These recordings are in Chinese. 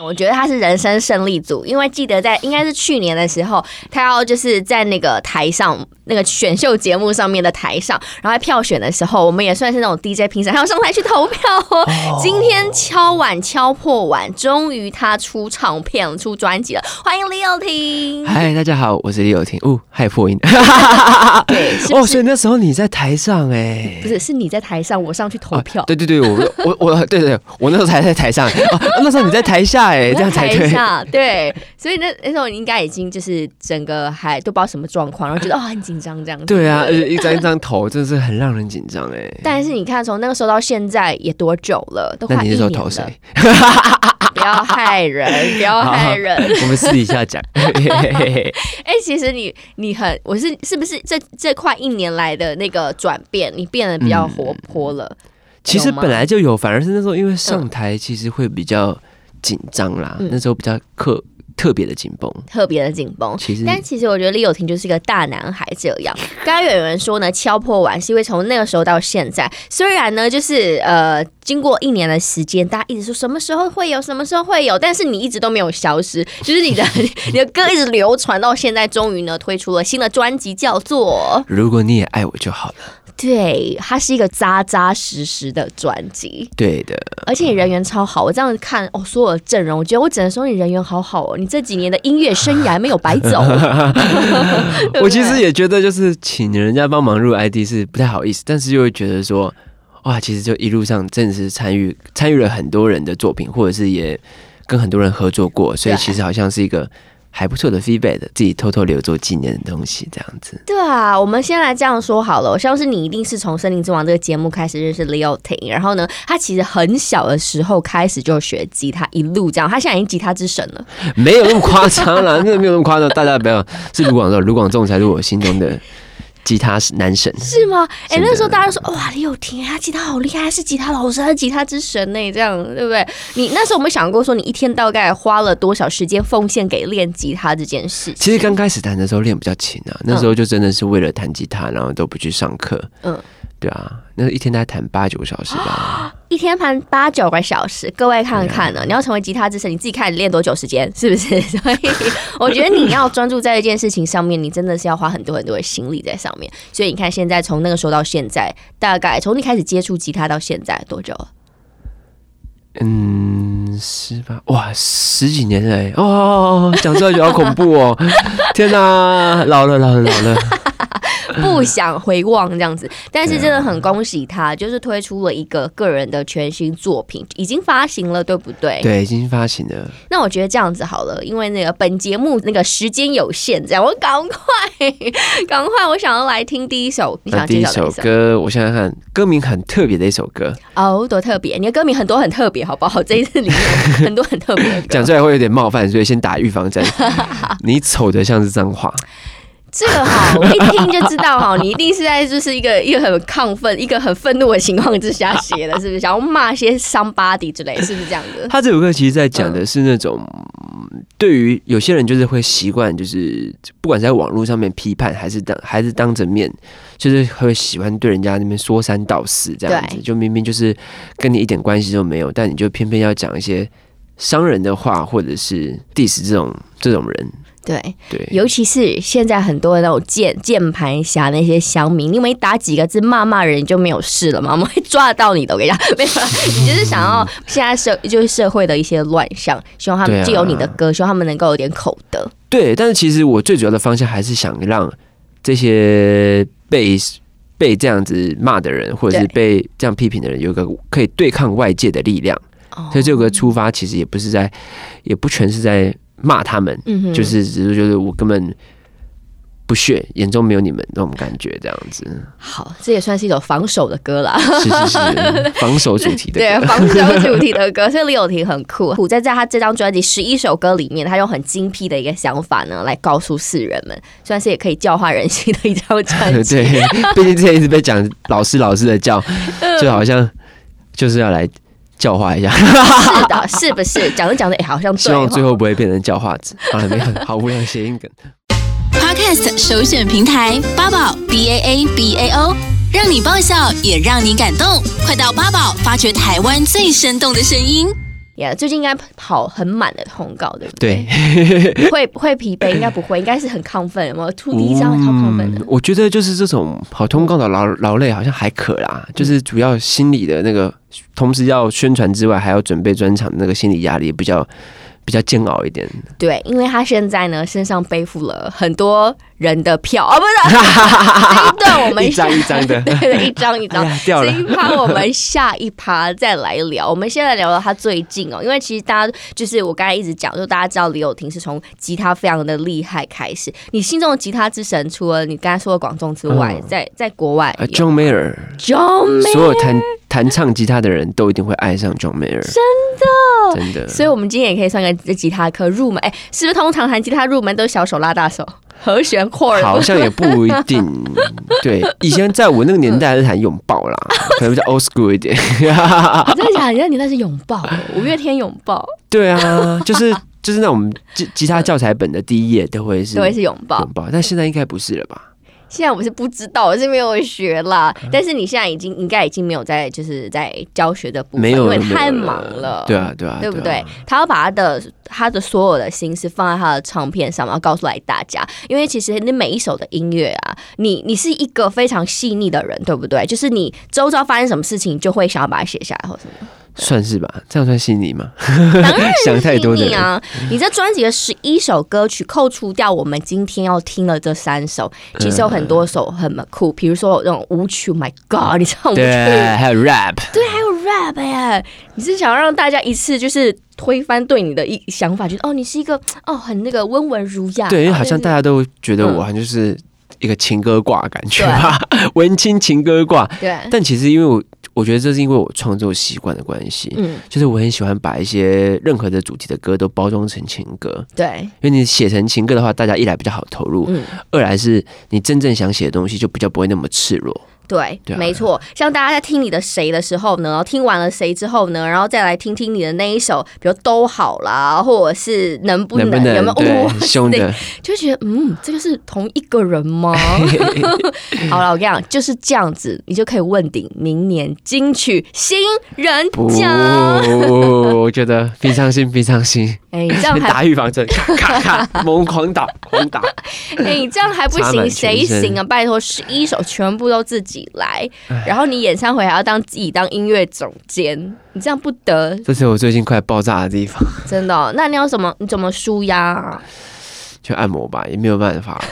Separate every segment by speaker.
Speaker 1: 我觉得他是人生胜利组，因为记得在应该是去年的时候，他要就是在那个台上那个选秀节目上面的台上，然后在票选的时候，我们也算是那种 DJ 评审，还要上台去投票哦。 今天敲碗敲破碗，终于他出唱片出专辑了，欢迎李友廷。
Speaker 2: 嗨，大家好，我是李友廷。哦，害 破音。
Speaker 1: 对，是
Speaker 2: 哦，
Speaker 1: 不
Speaker 2: 所
Speaker 1: 是？
Speaker 2: 以那时候你在台上哎、
Speaker 1: 不是，是你在台上，我上去投
Speaker 2: 啊
Speaker 1: 票。
Speaker 2: 对对对，我我我， 对对，对我那时候才在台上，哦，那时候你在台下 哎、这样才
Speaker 1: 台
Speaker 2: 对。
Speaker 1: 下对，所以那那时候你应该已经就是整个还都不知道什么状况，然后觉得啊、很紧张这样子。
Speaker 2: 对啊，而且一张一张投，真的是很让人紧 张哎。
Speaker 1: 但是你看，从那个时候到现在也多久了？都
Speaker 2: 那
Speaker 1: 快一
Speaker 2: 你那
Speaker 1: 年
Speaker 2: 时
Speaker 1: 了。
Speaker 2: 候投谁？
Speaker 1: 不要害人，不要哦害人。
Speaker 2: 我们私底 下讲。
Speaker 1: 哎、其实你你很，我是是不是这这快一年来的那个转变，你变得比
Speaker 2: 嗯
Speaker 1: 较活泼了？
Speaker 2: 其实
Speaker 1: 有吗
Speaker 2: 本来就有，反而是那时候因为上台其实会比较紧张啦，
Speaker 1: 嗯
Speaker 2: 那时候比较特特别的紧绷。
Speaker 1: 特别的紧绷。
Speaker 2: 其实
Speaker 1: 但其实我觉得李友廷就是个大男孩这样。刚刚有人说呢，敲破碗是因为从那个时候到现在，虽然呢就是呃经过一年的时间，大家一直说什么时候会有，什么时候会有，但是你一直都没有消失，就是 你的你的歌一直流传到现在，终于呢推出了新的专辑，叫做
Speaker 2: 如果你也爱我就好了。
Speaker 1: 《对》，它是一个扎扎实实的专辑，
Speaker 2: 对的，
Speaker 1: 而且你人缘超好。我这样看哦，所有的阵容，我觉得我只能说你人缘好好哦，你这几年的音乐生涯没有白走。对
Speaker 2: 我
Speaker 1: 不
Speaker 2: 其实
Speaker 1: 对
Speaker 2: 也觉得，就是请人家帮忙入 ID 是不太好意思，但是又会觉得说，哇，其实就一路上真的是参与参与了很多人的作品，或者是也跟很多人合作过，所以
Speaker 1: 对
Speaker 2: 其实好像是一个还不错的 feedback，自己偷偷留作纪念的东西，这样子。
Speaker 1: 对啊，我们先来这样说好了。我相信你一定是从《森林之王》这个节目开始认识李友廷，然后呢，他其实很小的时候开始就学吉他，一路这样，他现在已经吉他之神了。
Speaker 2: 没有那么夸张啦， 真的没有那么夸张，大家不要是卢广仲，卢广仲才是我心中的吉他男神。
Speaker 1: 是吗？哎、
Speaker 2: 真的
Speaker 1: 那时候大家都说哇，李友廷他吉他好厉害，他是吉他老师，他是吉他之神呢，这样对不对？你那时候有没有想过说，你一天到概花了多少时间奉献给练吉他这件事？
Speaker 2: 其实刚开始弹的时候练比较勤啊，那时候就真的是为了弹吉他，然后都不去上课。
Speaker 1: 嗯啊
Speaker 2: 嗯，对啊，那一天大概弹八九个小时吧。
Speaker 1: 一天弹八九个小时，各位看看呢、你要成为吉他之神，你自己看你练多久时间，是不是？ 所以我觉得你要专注在一件事情上面，你真的是要花很多很多的心力在上面。所以你看，现在从那个时候到现在，大概从你开始接触吉他到现在多久了？
Speaker 2: 嗯，十八哇，十几年了欸、哦哦，哦讲出来就好恐怖哦！ 天哪、老了老了老 了，
Speaker 1: 不想回望这样子，但是真的很恭喜他，就是推出了一个个人的全新作品，已经发行了，对不对？
Speaker 2: 对，已经发行了。
Speaker 1: 那我觉得这样子好了，因为那个本节目那个时间有限，这样我赶快 赶快，我想要来听第一首，你
Speaker 2: 那
Speaker 1: 想
Speaker 2: 呃第
Speaker 1: 介
Speaker 2: 一
Speaker 1: 绍哪
Speaker 2: 首
Speaker 1: 一首？
Speaker 2: 歌，我想想看，歌名很特别的一首 歌，
Speaker 1: 哦，多特别！你的歌名很多很特别，好不好？这一次里面有很多很特别的歌
Speaker 2: 讲出来会有点冒犯，所以先打 预防针。你丑得像是脏话，
Speaker 1: 这个哈，我一听就知道哈，你一定是在就是一个一个很亢奋、一个很愤怒的情况之下写的，是不是？想要骂些 somebody 之类，是不是这样子？
Speaker 2: 他这首歌其实在讲的是那种，嗯对于有些人就是会习惯，就是不管是在网络上面批判，还是当还是当着面，就是会喜欢对人家那边说三道四这样子，
Speaker 1: 对
Speaker 2: 就明明就是跟你一点关系都没有，但你就偏偏要讲一些伤人的话，或者是 diss 这种这种人，
Speaker 1: 对，
Speaker 2: 对。
Speaker 1: 尤其是现在很多的那种键键盘侠那些乡民，你每打几个字骂骂人你就没有事了嘛，我们会 抓得到你的。我跟你讲，没有啦，你就是想要现在社就是社会的一些乱象，希望他
Speaker 2: 对
Speaker 1: 们
Speaker 2: 啊
Speaker 1: 借由你的歌，希望他们能够有点口 德。
Speaker 2: 对，但是其实我最主要的方向还是想让这些被被这样子骂的人，或者是被这样批评的人，有一个可以对抗外界的力量。
Speaker 1: 哦
Speaker 2: 所以这首歌出发其实也不是在，也不全是在骂他们，
Speaker 1: 嗯哼
Speaker 2: 就是只是就是我根本不屑，眼中没有你们那种感觉，这样 子。
Speaker 1: 好，这也算是一首防守的歌啦。
Speaker 2: 是是是，防守主题的
Speaker 1: 对
Speaker 2: 歌。
Speaker 1: 防守主题的歌，所以李友廷很酷。虎在在他这张专辑十一首歌里面，他用很精辟的一个想法呢，来告诉世人们，算是也可以教化人心的一张专辑。
Speaker 2: 对，
Speaker 1: 嗯
Speaker 2: 毕竟之前一直被讲老师老师的叫，就好像就是要来教化一下，
Speaker 1: 是的，是不是？讲着讲着，哎、好像
Speaker 2: 希
Speaker 1: 对
Speaker 2: 望
Speaker 1: 哦。
Speaker 2: 最后不会变成叫化子。好了，没有，好无聊的谐音梗。
Speaker 3: Podcast 首选平台八宝 B A A B A O，让你爆笑也让你感动，快到八宝发掘台湾最生动的声音。
Speaker 1: 呀最近应该跑很满的通告，对不
Speaker 2: 对，
Speaker 1: 对？会会疲惫？应该不会，应该是很亢奋。有没有？出第一张超亢奋的
Speaker 2: 嗯，我觉得就是这种跑通告的劳劳累好像还可啦，就是主要心理的那个，同时要宣传之外，还要准备专场，那个心理压力比较比较煎熬一点。
Speaker 1: 对，因为他现在呢身上背负了很多人的票啊，不 是这一段我们
Speaker 2: 一张一张的
Speaker 1: 对 对，一张一张
Speaker 2: 哎呀掉了
Speaker 1: 这一趴我们下一趴再来聊。我们现在聊聊他最近哦，因为其实大家就是我刚才一直讲，就大家知道李友廷是从吉他非常的厉害开始。你心中的吉他之神，除了你刚才说的广仲之外，
Speaker 2: 嗯
Speaker 1: 在在国外
Speaker 2: 呃，John Mayer，
Speaker 1: John
Speaker 2: 所有弹弹唱吉他的人都一定会爱上 John Mayer，真的，真的。
Speaker 1: 所以，我们今天也可以算个吉他课入门。哎、是不是通常弹吉他入门都是小手拉大手，和弦 chord？
Speaker 2: 好像也不一 定，对，以前在我那个年代还是弹拥 抱啦，可能比较 old school 一点。
Speaker 1: 我真的假的？你那年代是拥抱，五月天拥抱，
Speaker 2: 对啊，就是就是那种吉吉他教材本的第一页都会是
Speaker 1: 都会是拥抱
Speaker 2: 拥。抱，但现在应该不是了吧？
Speaker 1: 现在我是不知道，我是没有学啦。
Speaker 2: 啊
Speaker 1: 但是你现在已经应该已经没有在就是在教学的部分，
Speaker 2: 没有
Speaker 1: 因
Speaker 2: 了，
Speaker 1: 为
Speaker 2: 没有
Speaker 1: 太忙了。
Speaker 2: 对啊，对啊，
Speaker 1: 对不
Speaker 2: 啊
Speaker 1: 对？？他要把他的他的所有的心思放在他的唱片上，然后告诉来大家，因为其实你每一首的音乐啊，你你是一个非常细腻的人，对不对？就是你周遭发生什么事情，你就会想要把它写下来或什么。
Speaker 2: 算是吧，这样算心理吗？
Speaker 1: 当然是
Speaker 2: 想太多的
Speaker 1: 细腻
Speaker 2: 人，
Speaker 1: 啊！你这专辑的十一首歌曲，扣除掉我们今天要听的这三首，
Speaker 2: 嗯
Speaker 1: 其实有很多首很酷，比如说有那种舞曲，My，Oh God，你知道舞曲
Speaker 2: 对，还有 rap，
Speaker 1: 对，还有 rap 耶！你是想让大家一次就是推翻对你的一想法，觉得哦，你是一个哦很那个温文儒雅，
Speaker 2: 对，因为
Speaker 1: 然后
Speaker 2: 好像
Speaker 1: 就是
Speaker 2: 大家都觉得
Speaker 1: 嗯
Speaker 2: 我好像就是一个情歌挂的感觉吧， 文青情歌挂。
Speaker 1: 对，
Speaker 2: 但其实因为我，我觉得这是因为我创作习惯的关系，
Speaker 1: 嗯，
Speaker 2: 就是我很喜欢把一些任何的主题的歌都包装成情歌，
Speaker 1: 对，
Speaker 2: 因为你写成情歌的话，大家一来比较好投入，
Speaker 1: 嗯，
Speaker 2: 二来是你真正想写的东西就比较不会那么赤裸。
Speaker 1: 对，
Speaker 2: 对啊
Speaker 1: 没错。像大家在听你的谁的时候呢，听完了谁之后呢，然后再来听听你的那一首，比如都好啦，或者是能不
Speaker 2: 能
Speaker 1: 能
Speaker 2: 不能
Speaker 1: 有哦没有？
Speaker 2: 对
Speaker 1: 哇
Speaker 2: 凶的
Speaker 1: 塞就觉得嗯，这个是同一个人 吗？好了，我跟你讲，就是这样子，你就可以问鼎明年金曲新人
Speaker 2: 不，
Speaker 1: 奖。
Speaker 2: 我觉得平常心，平常心，
Speaker 1: 哎、你这样
Speaker 2: 先
Speaker 1: 还
Speaker 2: 打预防针，咔咔咔， 猛狂打，狂打。
Speaker 1: 哎、你这样还不
Speaker 2: 插满
Speaker 1: 行，
Speaker 2: 全
Speaker 1: 谁
Speaker 2: 身
Speaker 1: 行啊？拜托，十一首全部都自己来，然后你演唱会还要当自己当音乐总监，你这样不得，
Speaker 2: 这是我最近快爆炸的地方，
Speaker 1: 真的哦、那你要怎么？你怎么舒压啊？
Speaker 2: 去按摩吧，也没有办法。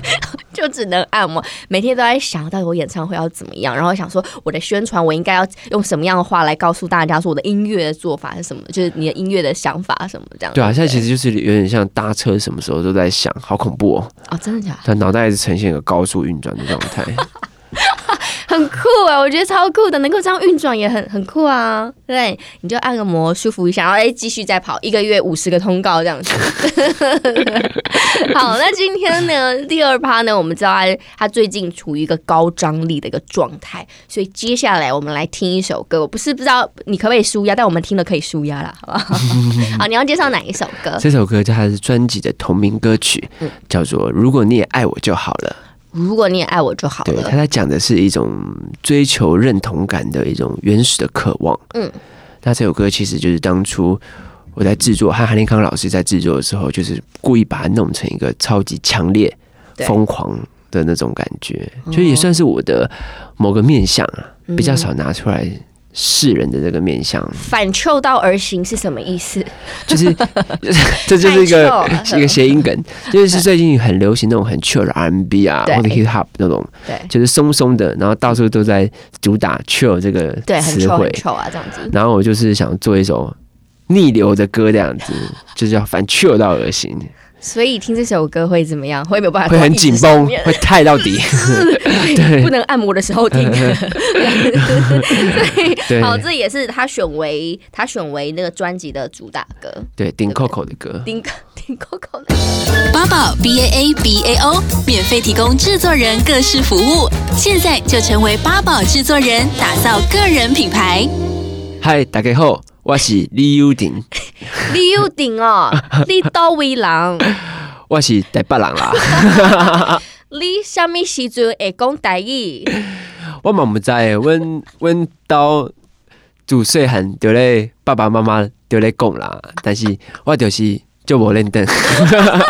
Speaker 1: 就只能按摩，每天都在想到底我演唱会要怎么样，然后想说我的宣传我应该要用什么样的话来告诉大家说我的音乐的做法是什么，就是你的音乐的想法什么这样。
Speaker 2: 对啊，现在其实就是有点像搭车，什么时候都在想，好恐怖哦！
Speaker 1: 哦，真的假的？
Speaker 2: 他脑袋一直呈现一个高速运转的状态。
Speaker 1: 很酷哎、我觉得超酷的，能够这样运转也很很酷啊。对，你就按个摩舒服一下，然后哎继续再跑，一个月五十个通告这样子。 好，那今天呢第二趴呢，我们知道他他最近处于一个高张力的一个状态，所以接下来我们来听一首歌。我不是不知道你可不可以舒压，但我们听了可以舒压啦，好不 好？好，你要介绍哪一首歌？
Speaker 2: 这首歌叫它是专辑的同名歌曲，叫做《如果你也爱我就好了》。
Speaker 1: 如果啊你也爱我就好
Speaker 2: 对，
Speaker 1: 了
Speaker 2: 他。在讲的是一种追求认同感的一种原始的渴望。
Speaker 1: 嗯，
Speaker 2: 那这首歌其实就是当初我在制作和韩立康老师在制作的时候，就是故意把它弄成一个超级强烈、
Speaker 1: 对哦
Speaker 2: 疯狂的那种感觉，就也算是我的某个面相啊，
Speaker 1: 嗯
Speaker 2: 比较少拿出来示人的这个 面相。
Speaker 1: 反臭道而行是什么意思？
Speaker 2: 就是 这就是一个
Speaker 1: 太 chill 了
Speaker 2: 一个谐音 梗，就是最近很流行那种很 chill 的 R&B 啊，
Speaker 1: 对
Speaker 2: 或者 hip hop 那种，
Speaker 1: 对
Speaker 2: 就是松松的，然后到处都在主打 chill 这个
Speaker 1: 对，很
Speaker 2: 词
Speaker 1: 臭
Speaker 2: 汇
Speaker 1: 很。臭啊，这样子。
Speaker 2: 然后我就是想做一首逆流的歌，这 样子就是要反 chill 到恶心，
Speaker 1: 所以听这首歌会怎么样？会没有办法
Speaker 2: 会很紧绷，
Speaker 1: 做到意
Speaker 2: 会太到底。
Speaker 1: 识上面不能按摩的时候听。
Speaker 2: 对
Speaker 1: 好，这也是他选为他选为那个专辑的主打歌，
Speaker 2: 对，顶 Coco 的歌，
Speaker 1: 丁 丁 Coco 的。
Speaker 3: 八宝 B A A B A O 免费提供制作人各式服务，现在就成为八宝制作人，打造个人品牌。
Speaker 2: 嗨，大家好，我是李友廷，
Speaker 1: 你有顶 哦，你倒位人，
Speaker 2: 我是台北人 啦。
Speaker 1: 你什么时阵会讲台语？
Speaker 2: 我嘛毋知诶，阮阮兜自细汉就咧爸爸妈妈就咧讲啦，但是我就是就无认 得。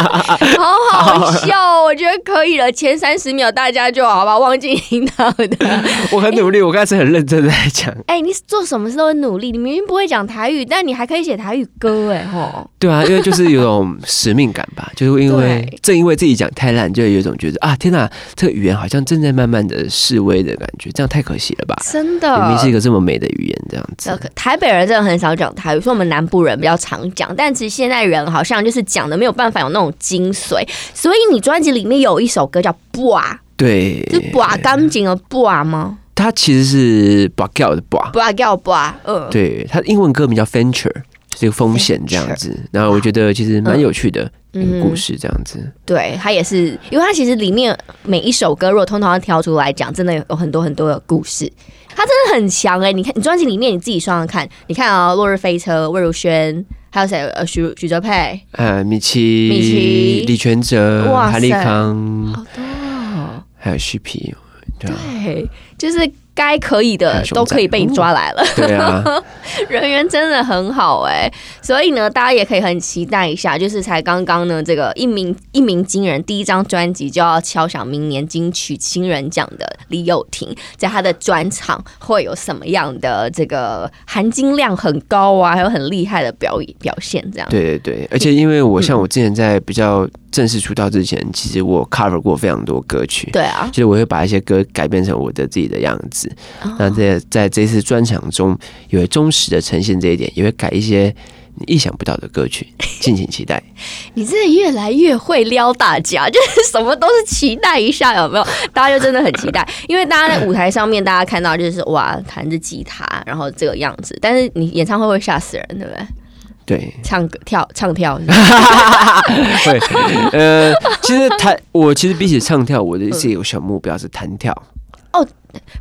Speaker 1: 好好笑，我觉得可以了。前三十秒大家就好吧，忘记引导的。
Speaker 2: 我很努力，我刚才是很认真地在讲。
Speaker 1: 哎、你做什么事都很努力，你明明不会讲台语，但你还可以写台语歌，哎吼。
Speaker 2: 对啊，因为就是有种使命感 吧，就是因为
Speaker 1: 对
Speaker 2: 正因为自己讲太烂，就有一种觉得啊，天哪，这个语言好像正在慢慢的示威的感觉，这样太可惜了吧？
Speaker 1: 真的，
Speaker 2: 明明是一个这么美的语言，这样子
Speaker 1: 呃，可台北人真的很少讲台语，所以我们南部人比较常讲。但其实现在人好像就是讲的没有办法有那种精髓，所以你专辑里面有一首歌叫《哇》，
Speaker 2: 对，
Speaker 1: 是哇钢琴的哇吗？
Speaker 2: 它其实是 b 叫的 b
Speaker 1: 哇叫哇，嗯，
Speaker 2: 对，它英文歌名叫 venture，就是一个风险这样子。然后我觉得其实蛮有趣的
Speaker 1: 嗯
Speaker 2: 一个故事这样子。
Speaker 1: 对，它也是，因为它其实里面每一首歌，如果通常要挑出来讲，真的有很多很多的故事。它真的很强哎、你看你专辑里面你自己双双看，你看啊、落日飞车》魏如萱，还有谁？呃，许许哲佩，
Speaker 2: 呃，米奇、
Speaker 1: 米奇
Speaker 2: 李全哲、
Speaker 1: 哇塞
Speaker 2: 韩立康，
Speaker 1: 好多、哦。
Speaker 2: 还有旭皮，对 啊，
Speaker 1: 对，就是该可以
Speaker 2: 还有
Speaker 1: 的
Speaker 2: 熊
Speaker 1: 都可以被你抓来了，
Speaker 2: 对啊，
Speaker 1: 人缘真的很好哎、所以呢，大家也可以很期待一下，就是才刚刚呢，这个一鸣一鸣惊人，第一张专辑就要敲响明年金曲新人奖的李友廷，在他的专场会有什么样的这个含金量很高啊，还有很厉害的表演表现这样。
Speaker 2: 对对对，而且因为我像我之前在比较正式出道之前，其实我 cover 过非常多歌曲。
Speaker 1: 对啊，
Speaker 2: 就是我会把一些歌改编成我的自己的样子，那在在这次专场中也会忠实的呈现这一点，也会改一些你意想不到的歌曲，敬请期待。
Speaker 1: 你真的越来越会撩大家，就是什么都是期待一下，有没有？大家就真的很期待，因为大家在舞台上面，大家看到就是哇，弹着吉他，然后这个样子。但是你演唱会会吓死人，对不对？
Speaker 2: 对，
Speaker 1: 唱歌跳唱跳，
Speaker 2: 会，呃，其实弹，我其实比起唱跳，我的自己有小目标是弹跳，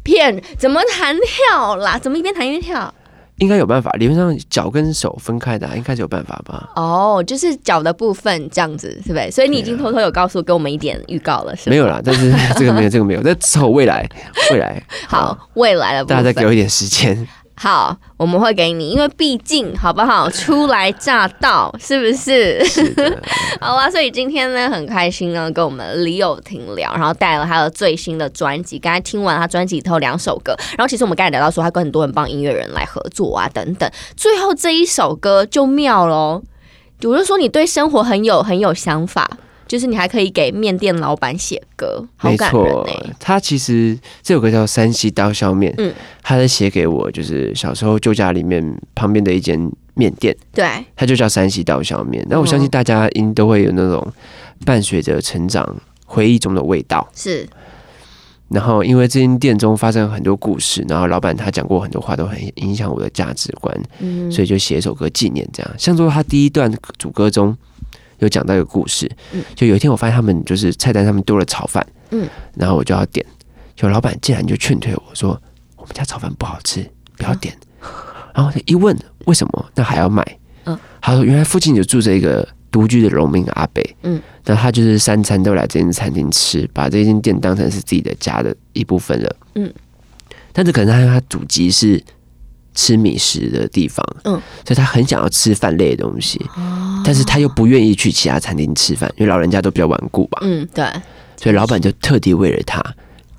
Speaker 1: 骗怎么弹跳啦？怎么一边弹一边跳？
Speaker 2: 应该有办法，理论上脚跟手分开的啊，应该是有办法吧？
Speaker 1: 哦，就是脚的部分这样子，是不是？所以你已经偷偷有告诉给我们一点预告了，是吗？
Speaker 2: 没有啦，但是这个没有，这个没有，但至少未来，未来
Speaker 1: 好，未来的部
Speaker 2: 大家
Speaker 1: 分
Speaker 2: 再给我一点 时间。
Speaker 1: 好，我们会给你，因为毕竟好不好，初来乍到，是不是？好啊啦，所以今天呢，很开心呢，跟我们李友廷聊，然后带了他的最新的专辑。刚才听完他专辑里头两首歌，然后其实我们刚才聊到说，他跟很多很棒音乐人来合作啊，等等。最后这一首歌就妙喽，我就说你对生活很有很有想法，就是你还可以给面店老板写歌，好
Speaker 2: 没
Speaker 1: 感人
Speaker 2: 错
Speaker 1: 哎、，
Speaker 2: 他其实这首歌叫《山西刀削面》，
Speaker 1: 嗯
Speaker 2: 他在写给我，就是小时候旧家里面旁边的一间面店。
Speaker 1: 对，
Speaker 2: 它就叫山西刀削面。那我相信大家应都会有那种伴随着成长回忆中的味道。
Speaker 1: 是
Speaker 2: 然后，因为这间店中发生了很多故事，然后老板他讲过很多话，都很影响我的价值观，
Speaker 1: 嗯
Speaker 2: 所以就写一首歌纪念这样。像说他第一段主歌中有讲到一个故事，就有一天我发现他们就是菜单上面多了炒饭，
Speaker 1: 嗯，
Speaker 2: 然后我就要点，就老板竟然就劝退我说我们家炒饭不好吃，不要点。然后我就一问为什么，那还要买？
Speaker 1: 嗯，
Speaker 2: 他说原来附近就住着一个独居的农民阿伯，
Speaker 1: 嗯，
Speaker 2: 那他就是三餐都来这间餐厅吃，把这间店当成是自己的家的一部分了，
Speaker 1: 嗯。
Speaker 2: 但是可能他他祖籍是吃米食的地方，
Speaker 1: 嗯，哦
Speaker 2: 所以他很想要吃饭类的东西，但是他又不愿意去其他餐厅吃饭，因为老人家都比较顽固吧，
Speaker 1: 嗯对，
Speaker 2: 所以老板就特地为了他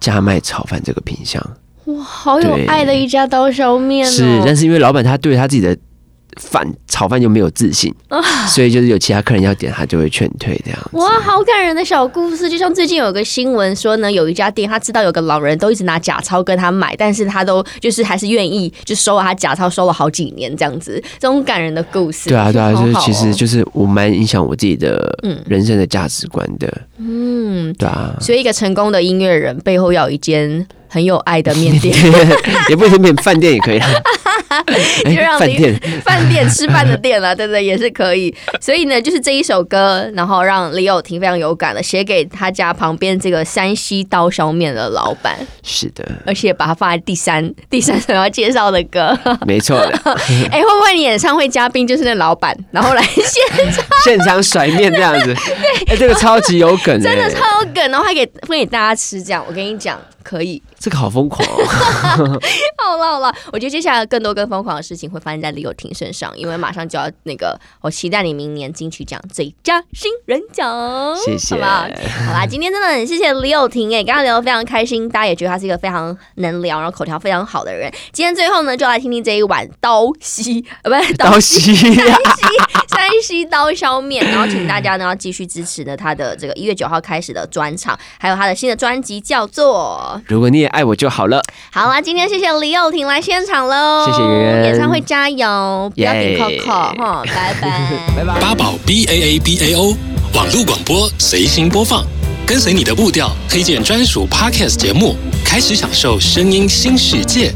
Speaker 2: 加卖炒饭这个品相。
Speaker 1: 哇，好有
Speaker 2: 对
Speaker 1: 爱的一家刀削面哦！
Speaker 2: 是，但是因为老板他对他自己的饭炒饭又没有 自信，
Speaker 1: 啊
Speaker 2: 所以就是有其他客人要点，他就会劝退这样子。
Speaker 1: 哇，好感人的小故事，就像最近有个新闻说呢，有一家店，他知道有个老人都一直拿假钞跟他买，但是他都就是还是愿意就收了他假钞，收了好几年这样子，这种感人的故事。
Speaker 2: 对啊，对啊，
Speaker 1: 好
Speaker 2: 就是
Speaker 1: 好哦
Speaker 2: 其实就是我蛮影响我自己的
Speaker 1: 嗯
Speaker 2: 人生的价值观的，
Speaker 1: 嗯，
Speaker 2: 对啊，
Speaker 1: 所以一个成功的音 乐人背后要有一间很有爱的面店。
Speaker 2: 也不一定变饭店也可以啦。啊哎
Speaker 1: 就让
Speaker 2: 饭
Speaker 1: 你哎
Speaker 2: 店
Speaker 1: 饭店吃饭的店了，对不对？也是可以。所以呢，就是这一首歌，然后让李友廷非常有感了，写给他家旁边这个山西刀削面的老板，
Speaker 2: 是 的，
Speaker 1: 而且把它放在第三第三首要介绍的歌。
Speaker 2: 没错的，
Speaker 1: 哎，会不会你演唱会嘉宾就是那老板，然后来现
Speaker 2: 现场甩面这 样子，哎、这个超级有梗、欸，
Speaker 1: 真的超有梗，然后还给分给大家吃，这样我跟你讲可以。
Speaker 2: 这个好疯狂哦。
Speaker 1: 好了好了，我觉得接下来更多更疯狂的事情会发生在李友廷身上，因为马上就要那个，我期待你明年金曲奖最佳新人奖，
Speaker 2: 谢谢
Speaker 1: 好不好？好啦，今天真的很谢谢李友廷诶，刚刚聊得非常开心，大家也觉得他是一个非常能聊，然后口条非常好的人。今天最后呢，就来听听这一碗刀西，呃，不是刀
Speaker 2: 刀 西
Speaker 1: 山西山西刀削面，然后请大家呢要继续支持呢他的这个一月九号开始的专场，还有他的新的专辑叫做
Speaker 2: 如果你也爱我就好了，
Speaker 1: 好啦，今天谢谢李友廷来现场喽，
Speaker 2: 谢谢圆圆
Speaker 1: 演唱会加油，不要顶
Speaker 2: 耶
Speaker 1: Coco 哈，拜拜。
Speaker 2: 拜拜。
Speaker 4: 八宝 B A A B A O 网络广播随心播放，跟随你的步调，推荐专属 Podcast 节目，开始享受声音新世界。